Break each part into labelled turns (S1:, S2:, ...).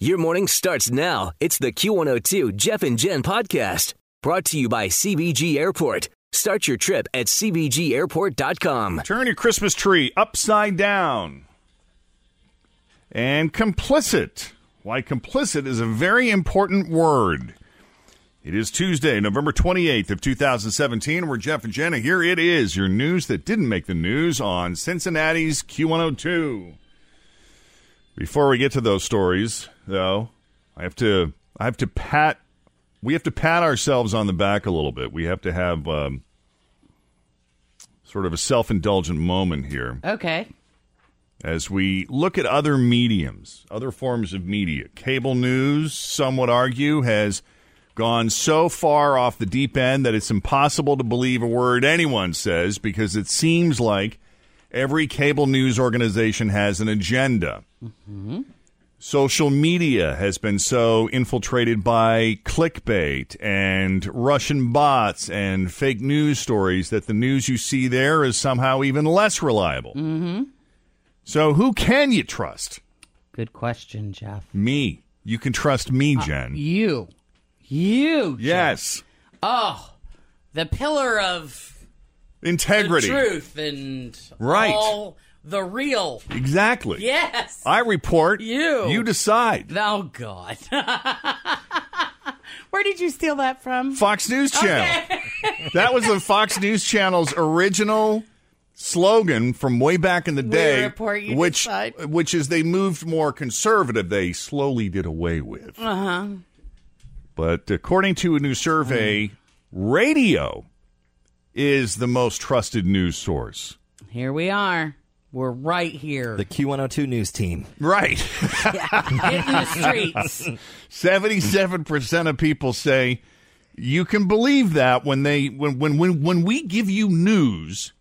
S1: Your morning starts now. It's the Q102 Jeff and Jen podcast brought to you by CBG Airport. Start your trip at CBGAirport.com.
S2: Turn your Christmas tree upside down. And complicit. Why complicit is a very important word. It is Tuesday, November 28th of 2017. We're Jeff and Jenna. Here it is, your news that didn't make the news on Cincinnati's Q102. Before we get to those stories, though, I have to I have to pat we have to pat ourselves on the back a little bit. We have to have um, sort of a self indulgent moment here
S3: Okay.
S2: as we look at other mediums, other forms of media. Cable news, some would argue, has gone so far off the deep end that it's impossible to believe a word anyone says because it seems like every cable news organization has an agenda. Social media has been so infiltrated by clickbait and Russian bots and fake news stories that the news you see there is somehow even less reliable. So who can you trust?
S4: Good question, Jeff.
S2: Me. You can trust
S4: Uh,
S2: me, Jen.
S4: You. You.
S2: yes.
S4: Oh, the pillar of
S2: Integrity.
S4: the truth and
S2: Right.
S4: all the real.
S2: Exactly.
S4: Yes.
S2: I report.
S4: You.
S2: You decide.
S4: oh, God. Where did you steal that from?
S2: Fox News Channel. that was the Fox News Channel's original slogan from way back in the day,
S4: report, you
S2: which
S4: decide.
S2: which is they moved more conservative. They slowly did away with. Uh huh.
S4: Uh-huh.
S2: But according to a new
S4: Mm.
S2: survey, radio is the most trusted news source.
S4: Here we are. We're right here
S5: The Q102 news team.
S2: Right.
S4: in the streets.
S2: 77% of people say you can believe that when they when when when, when we give you news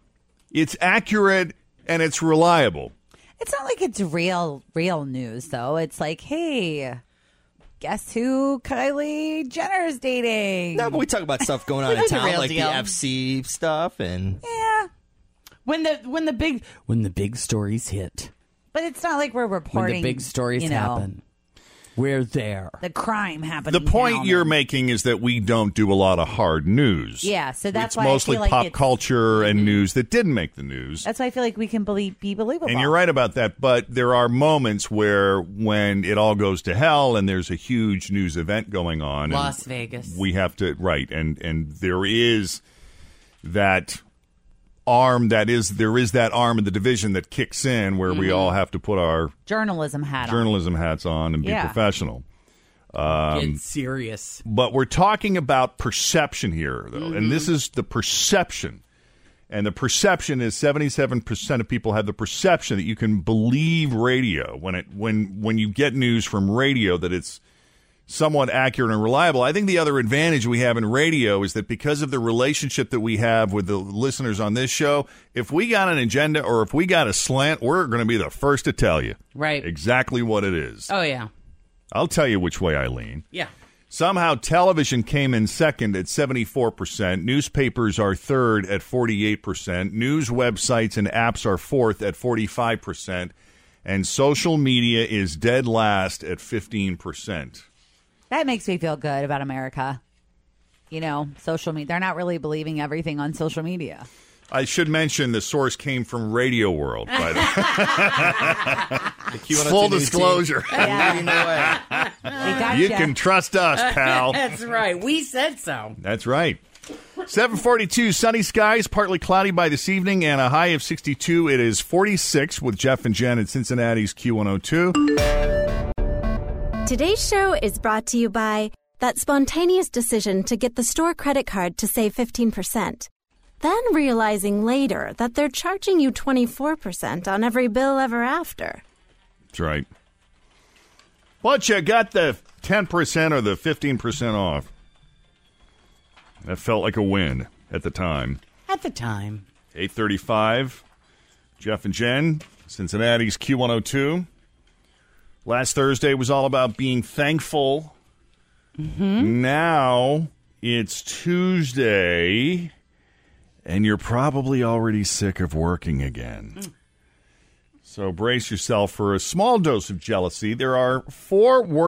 S2: it's accurate and it's reliable
S6: It's not like it's real, real news though. It's like, hey, guess who Kylie Jenner's dating?
S5: No, but we talk about stuff going on in
S4: That's a
S5: town,
S4: real
S5: like
S4: deal.
S5: the FC stuff, and
S6: Yeah,
S4: When the when the big when the big stories hit,
S6: but it's not like we're
S4: when
S6: reporting
S4: the big stories
S6: you know,
S4: happen, we're there.
S6: The crime happened.
S2: the point you're making is that we don't do a lot of hard news
S6: Yeah, so that's
S2: it's
S6: why I
S2: mostly
S6: feel like
S2: pop
S6: it's- Mm-hmm.
S2: culture and news that didn't make the news
S6: That's why I feel like we can believe, be believable.
S2: And you're right about that, but there are moments where when it all goes to hell and there's a huge news event going on. and
S4: Las Vegas.
S2: We have to right, and and there is that arm that is there is that arm of the division that kicks in where we all have to put our
S6: Journalism Mm-hmm. hat on.
S2: journalism hats on and be
S6: Yeah.
S2: professional. Um,
S4: Get serious.
S2: But we're talking about perception here, though, and this is the perception. And the perception is seventy-seven percent of people have the perception that you can believe radio when it when when you get news from radio that it's somewhat accurate and reliable. I think the other advantage we have in radio is that because of the relationship that we have with the listeners on this show, if we got an agenda or if we got a slant, we're going to be the first to tell you
S4: Right.
S2: exactly what it is.
S4: Oh yeah.
S2: I'll tell you which way I lean.
S4: Yeah.
S2: Somehow television came in second at 74%. Newspapers are third at 48%. News websites and apps are fourth at 45%. And social media is dead last at 15%.
S6: That makes me feel good about America. You know, social media. They're not really believing everything on social media.
S2: I should mention the source came from Radio World, by the
S5: the Q102
S2: full
S5: news team.
S2: disclosure.
S5: Leading the way.
S6: We got
S2: You can trust us, pal.
S4: That's right. We said so.
S2: That's right. 742 sunny skies, partly cloudy by this evening, and a high of 62. It is 46 with Jeff and Jen at Cincinnati's Q102.
S7: Today's show is brought to you by that spontaneous decision to get the store credit card to save 15%. Then realizing later that they're charging you 24% on every bill ever after.
S2: That's right. But you got the 10% or the 15% off. That felt like a win at the time.
S4: At the time.
S2: 835. Jeff and Jen, Cincinnati's Q102. Last Thursday was all about being thankful. Now it's Tuesday, and you're probably already sick of working again. So brace yourself for a small dose of jealousy. There are four work.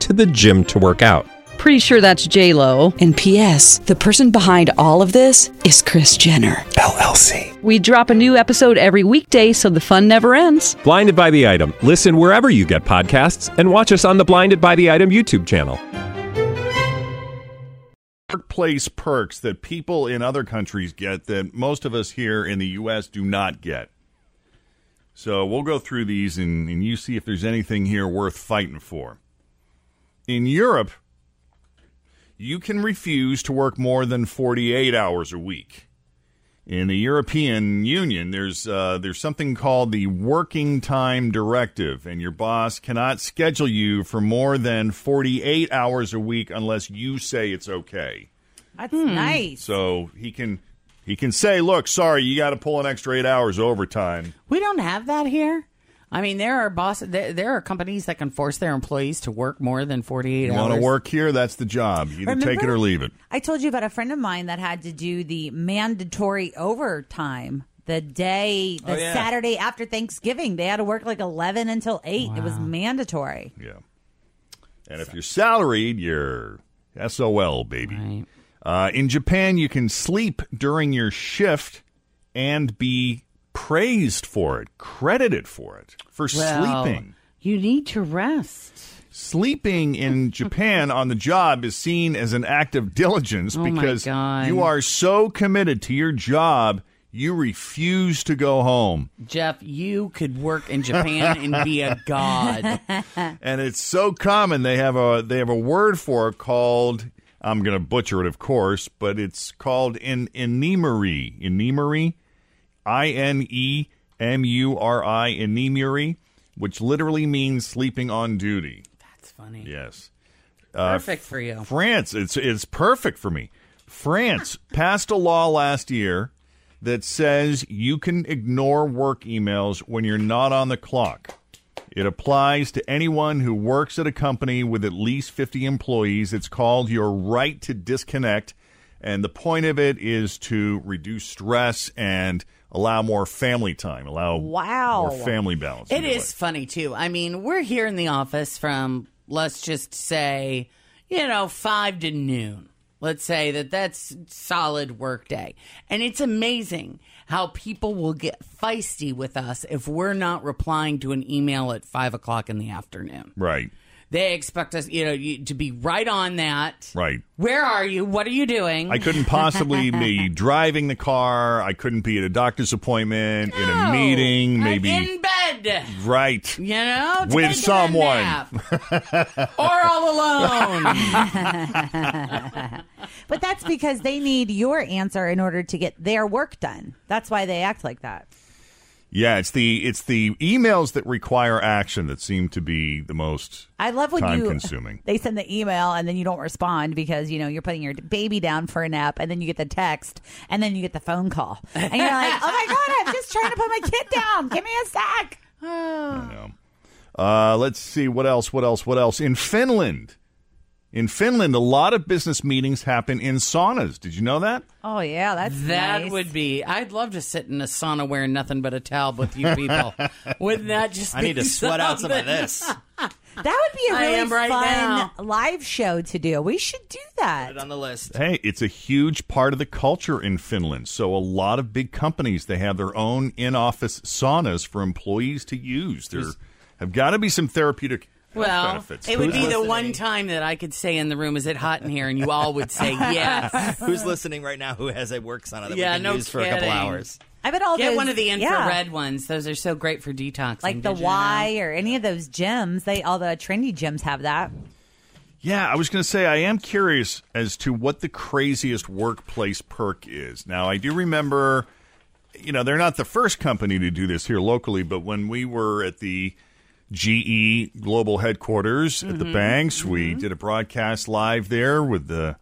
S8: to the gym to work out.
S9: Pretty sure that's J Lo. And P.S. The person behind all of this is Chris Jenner
S8: LLC.
S9: We drop a new episode every weekday, so the fun never ends.
S8: Blinded by the item. Listen wherever you get podcasts, and watch us on the Blinded by the Item YouTube channel.
S2: workplace perks that people in other countries get that most of us here in the U.S. do not get. So we'll go through these and, and you see if there's anything here worth fighting for. In Europe, you can refuse to work more than 48 hours a week. In the European Union, there's uh, there's something called the Working Time Directive, and your boss cannot schedule you for more than 48 hours a week unless you say it's okay.
S6: That's nice.
S2: So he can he can say, "Look, sorry, you got to pull an extra eight hours overtime."
S4: We don't have that here. I mean, there are boss. There, there are companies that can force their employees to work more than forty-eight
S2: You
S4: hours.
S2: want to work here? That's the job. Either take it
S6: Remember?
S2: or leave it.
S6: I told you about a friend of mine that had to do the mandatory overtime the day, the
S5: Oh, yeah.
S6: Saturday after Thanksgiving. They had to work like 11 until 8. It was mandatory.
S2: Yeah. And if you're salaried, you're SOL, baby.
S4: Right.
S2: Uh, in Japan, you can sleep during your shift and be praised for it, credited for it, for
S4: Well,
S2: sleeping.
S4: You need to rest.
S2: Sleeping in Japan on the job is seen as an act of diligence
S4: Oh my
S2: because
S4: God.
S2: you are so committed to your job, you refuse to go home.
S4: Jeff, you could work in Japan and be a god.
S2: and it's so common they have a they have a word for it called I'm going to butcher it, of course, but it's called in inemery. Inemery, I N E M U R I inemery, which literally means sleeping on duty.
S4: That's funny.
S2: Yes,
S4: Perfect for you.
S2: France. It's it's perfect for me. France passed a law last year that says you can ignore work emails when you're not on the clock. It applies to anyone who works at a company with at least 50 employees. It's called your right to disconnect. And the point of it is to reduce stress and allow more family time, allow
S6: Wow.
S2: more family balance. in
S4: It
S2: your
S4: is funny too. I mean, we're here in the office from let's just say, you know, 5 to noon. Let's say that that's solid work day. And it's amazing how people will get feisty with us if we're not replying to an email at five o'clock in the afternoon.
S2: life. Right,
S4: They expect us, you know, you, to be right on that.
S2: right.
S4: Where are you? What are you doing?
S2: I couldn't possibly be driving the car. I couldn't be at a doctor's appointment, in a
S4: No,
S2: meeting,
S4: I'm
S2: maybe.
S4: in bed.
S2: right.
S4: You know,
S2: With
S4: taking a
S2: someone.
S4: nap. or all alone.
S6: But that's because they need your answer in order to get their work done. That's why they act like that.
S2: Yeah, it's the it's the emails that require action that seem to be the most
S4: Uh.
S6: I love when
S2: time
S6: you
S2: consuming.
S6: they send the email and then you don't respond because you know you're putting your baby down for a nap and then you get the text and then you get the phone call and you're like, "Oh my god, I'm just trying to put my kid down. Give me a sec."
S2: I know. Uh, let's see what else. What else? What else? In Finland, In Finland, a lot of business meetings happen in saunas. Did you know that?
S6: Oh yeah, that's
S4: that
S6: nice.
S4: would be. I'd love to sit in a sauna wearing nothing but a towel with you people. Wouldn't that just?
S5: I
S4: be
S5: need to sweat out some of
S4: something?
S5: this.
S6: that would be a
S4: I
S6: really
S4: am right
S6: fun
S4: now.
S6: live show to do. We should do that.
S5: on the list.
S2: Hey, it's a huge part of the culture in Finland. So a lot of big companies they have their own in-office saunas for employees to use. There have got to be some therapeutic health
S4: Well,
S2: benefits.
S4: it would
S2: Who's
S4: be the
S2: listening?
S4: one time that I could say in the room, "Is it hot in here?" And you all would say yes.
S5: Who's listening right now who has a work sauna that
S4: Yeah,
S5: we can
S4: no
S5: use for a couple
S4: kidding.
S5: hours?
S6: I bet all
S4: Get
S6: those,
S4: one of the
S6: yeah.
S4: infrared ones; those are so great for detoxing.
S6: like the
S4: Did you
S6: Y or any of those gyms. They all the trendy gyms have that.
S2: Yeah, I was going to say I am curious as to what the craziest workplace perk is. Now, I do remember, you know, they're not the first company to do this here locally, but when we were at the GE global headquarters at
S4: Mm-hmm.
S2: the banks, we did a broadcast live there with the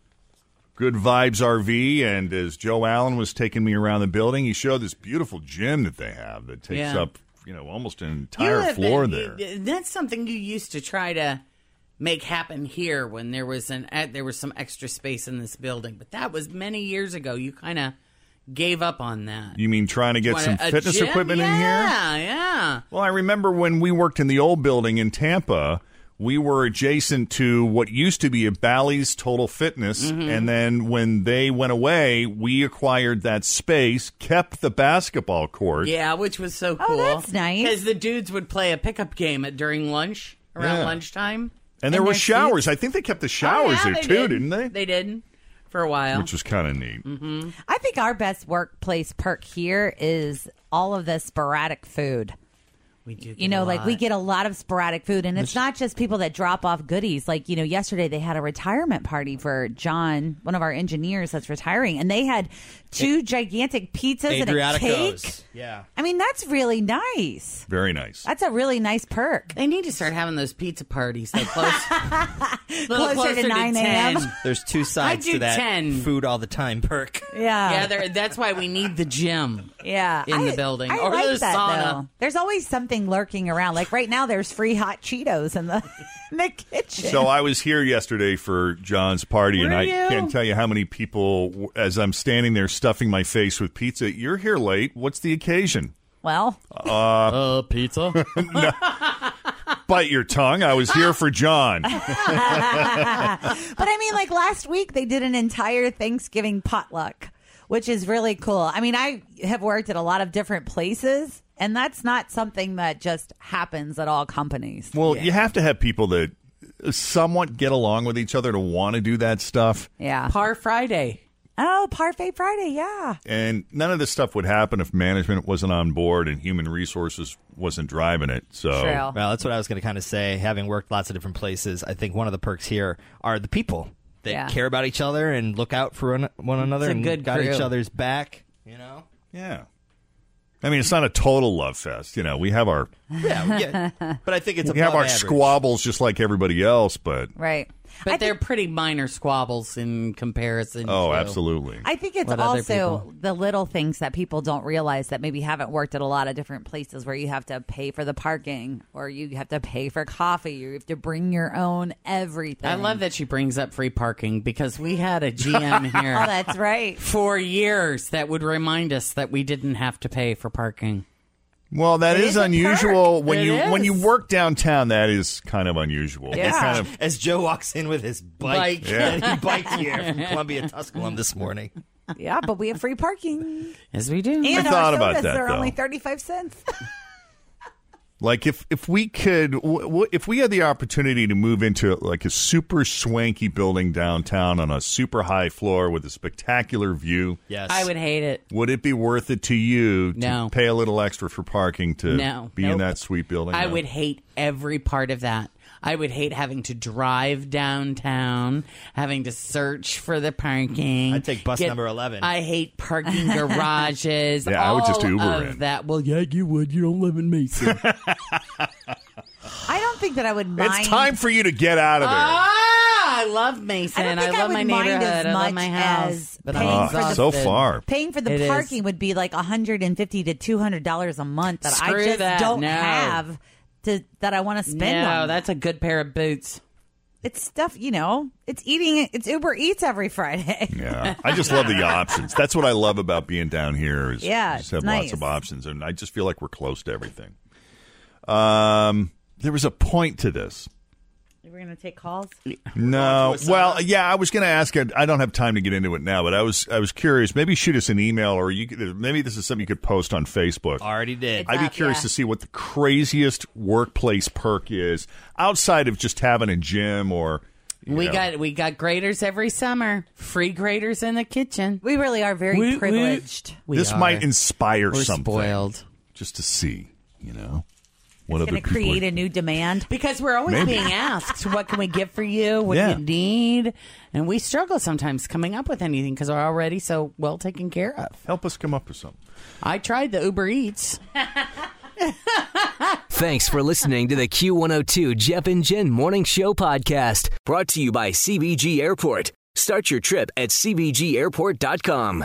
S2: Good Vibes RV, and as Joe Allen was taking me around the building, he showed this beautiful gym that they have that takes
S4: Yeah.
S2: up, you know, almost an
S4: You
S2: entire
S4: have
S2: floor
S4: been-
S2: there.
S4: you- that's something you used to try to make happen here when there was an eh, there was some extra space in this building, but that was many years ago. You kind of gave up on that.
S2: You mean trying to get
S4: Want
S2: some
S4: a
S2: fitness
S4: gym?
S2: equipment in here?
S4: Yeah, yeah.
S2: Well, I remember when we worked in the old building in Tampa, we were adjacent to what used to be a Bally's Total Fitness.
S4: Mm-hmm.
S2: And then when they went away, we acquired that space, kept the basketball court.
S4: Yeah, which was so cool.
S6: Oh, that's nice.
S4: Because the dudes would play a pickup game at, during lunch, around
S2: Yeah.
S4: lunchtime.
S2: And there
S6: And
S2: were
S6: their
S2: showers. I think they kept the showers
S4: Oh, yeah,
S2: there
S4: they
S2: too,
S4: did.
S2: didn't they?
S4: They did Mm. for a while.
S2: Which was kind of neat.
S6: I think our best workplace perk here is all of the sporadic food.
S4: we do get
S6: You know,
S4: a
S6: like we
S4: lot.
S6: get a lot of sporadic food, and it's not just people that drop off goodies. Like, you know, yesterday they had a retirement party for John, one of our engineers that's retiring, and they had two gigantic pizzas and a cake.
S5: Adriaticos. Yeah.
S6: I mean, that's really nice.
S2: Very nice.
S6: That's a really nice perk.
S4: They need to start having those pizza parties. They close, little
S6: Closer to 9 a.m..
S4: 10.
S5: There's two sides
S4: do
S5: to that
S4: 10.
S5: food all the time perk.
S6: Yeah.
S4: Yeah, there- that's why we need the gym.
S6: Yeah,
S4: in the building.
S6: I
S4: Or
S6: like
S4: the
S6: that,
S4: sauna.
S6: though. There's always something lurking around. Like right now, there's free hot Cheetos in the in the kitchen.
S2: So I was here yesterday for John's party, and
S4: Were
S2: I
S4: you?
S2: can't tell you how many people, as I'm standing there stuffing my face with pizza, you're here late. What's the occasion?
S6: well,
S4: Uh, pizza.
S2: Bite your tongue. I was here for John.
S6: but I mean, like last week, they did an entire Thanksgiving potluck, which is really cool. I mean, I have worked at a lot of different places, and that's not something that just happens at all companies.
S2: Well, you have to have people that somewhat get along with each other to want to do that stuff.
S6: Yeah.
S4: Par Friday.
S6: oh, Parfait Friday. Yeah.
S2: And none of this stuff would happen if management wasn't on board and human resources wasn't driving it. So
S6: True.
S5: Well, that's what I was going to kind of say. Having worked lots of different places, I think one of the perks here are the people that
S6: Yeah.
S5: care about each other and look out for one, one another
S4: a
S5: and
S4: good
S5: got
S4: crew.
S5: each other's back. You know.
S2: yeah. I mean, it's not a total love fest. You know, we have our
S5: Yeah, yeah. but I think it's
S2: we have
S5: above
S2: our
S5: average.
S2: squabbles just like everybody else, but
S6: Right.
S4: But
S6: I
S4: they're
S6: think,
S4: pretty minor squabbles in comparison.
S2: oh,
S4: to-
S2: absolutely.
S6: I think it's
S4: What other
S6: also
S4: people-
S6: the little things that people don't realize that maybe haven't worked at a lot of different places where you have to pay for the parking or you have to pay for coffee. You have to bring your own everything.
S4: I love that she brings up free parking because we had a GM
S6: Oh,
S4: here
S6: that's right.
S4: for years that would remind us that we didn't have to pay for parking.
S2: Well, that
S6: It
S2: is
S6: is a
S2: unusual
S6: perk.
S2: when
S4: It
S2: you when you
S4: is.
S2: work downtown. That is kind of unusual. It's
S6: Yeah.
S2: kind of
S5: Ah. As Joe walks in with his bike,
S4: Bike.
S2: Yeah.
S5: that he biked here from Columbia Tusculum this morning.
S6: Yeah, but we have free parking.
S4: As we do.
S6: And
S2: thought
S6: our
S2: about
S6: sodas
S2: that,
S6: are only
S2: though.
S6: 35 cents.
S2: Like if if we could w- w- if we had the opportunity to move into like a super swanky building downtown on a super high floor with a spectacular view,
S5: Yes,
S4: I would hate it.
S2: would it be worth it to you to
S4: No.
S2: pay a little extra for parking to
S4: No.
S2: be in
S4: Nope.
S2: that sweet building?
S4: I
S2: No.
S4: would hate every part of that. I would hate having to drive downtown, having to search for the parking.
S5: I'd take bus number 11.
S4: I hate parking garages.
S2: Yeah, I would just
S4: all
S2: Uber
S4: of
S2: in.
S4: that. Well, yeah, you would. You don't live in Mason.
S6: I don't think that I would mind.
S2: It's time for you to get out of there.
S4: ah, I love Mason.
S6: I don't think I,
S4: love
S6: would
S4: my
S6: mind
S4: neighborhood.
S6: as
S4: I love
S6: much
S4: my house.
S6: as
S4: but
S6: paying
S4: I'm
S6: for the-
S2: Ah, so
S4: exhausted.
S2: far.
S6: Paying for the
S4: It is.
S6: parking would be like 150 to 200 dollars a month that I
S4: Screw
S6: just
S4: that,
S6: don't
S4: no.
S6: have to that I want to spend
S4: no,
S6: on.
S4: that's a good pair of boots.
S6: It's stuff, you know, it's eating, it's Uber Eats every Friday.
S2: Yeah, I just love the options. That's what I love about being down here. Is
S6: Yeah,
S2: just
S6: it's
S2: have lots
S6: nice.
S2: of options, and I just feel like we're close to everything. Um, there was a point to this.
S6: We're going to take calls.
S2: No, well, yeah, I was going to ask. I don't have time to get into it now, but I was I was curious. Maybe shoot us an email, or you could, maybe this is something you could post on Facebook.
S5: Already did.
S2: I'd be curious to see what the craziest workplace perk is outside of just having a gym or. you
S4: We
S2: know.
S4: got we got graders every summer. Free graders in the kitchen.
S6: We really are very
S4: We- we-
S6: privileged.
S4: We
S2: this
S4: are.
S2: might inspire
S4: We're
S2: something.
S4: spoiled.
S2: Just to see, you know, what
S6: It's
S2: other
S6: going to
S2: people.
S6: create a new demand.
S4: Because we're always
S2: Maybe.
S4: being asked, what can we get for you? What
S2: Yeah.
S4: do you need? And we struggle sometimes coming up with anything because we're already so well taken care of.
S2: Help us come up with something.
S4: I tried the Uber Eats.
S1: Thanks for listening to the Q102 Jeff and Jen Morning Show podcast, brought to you by CBG Airport. Start your trip at CBGAirport.com.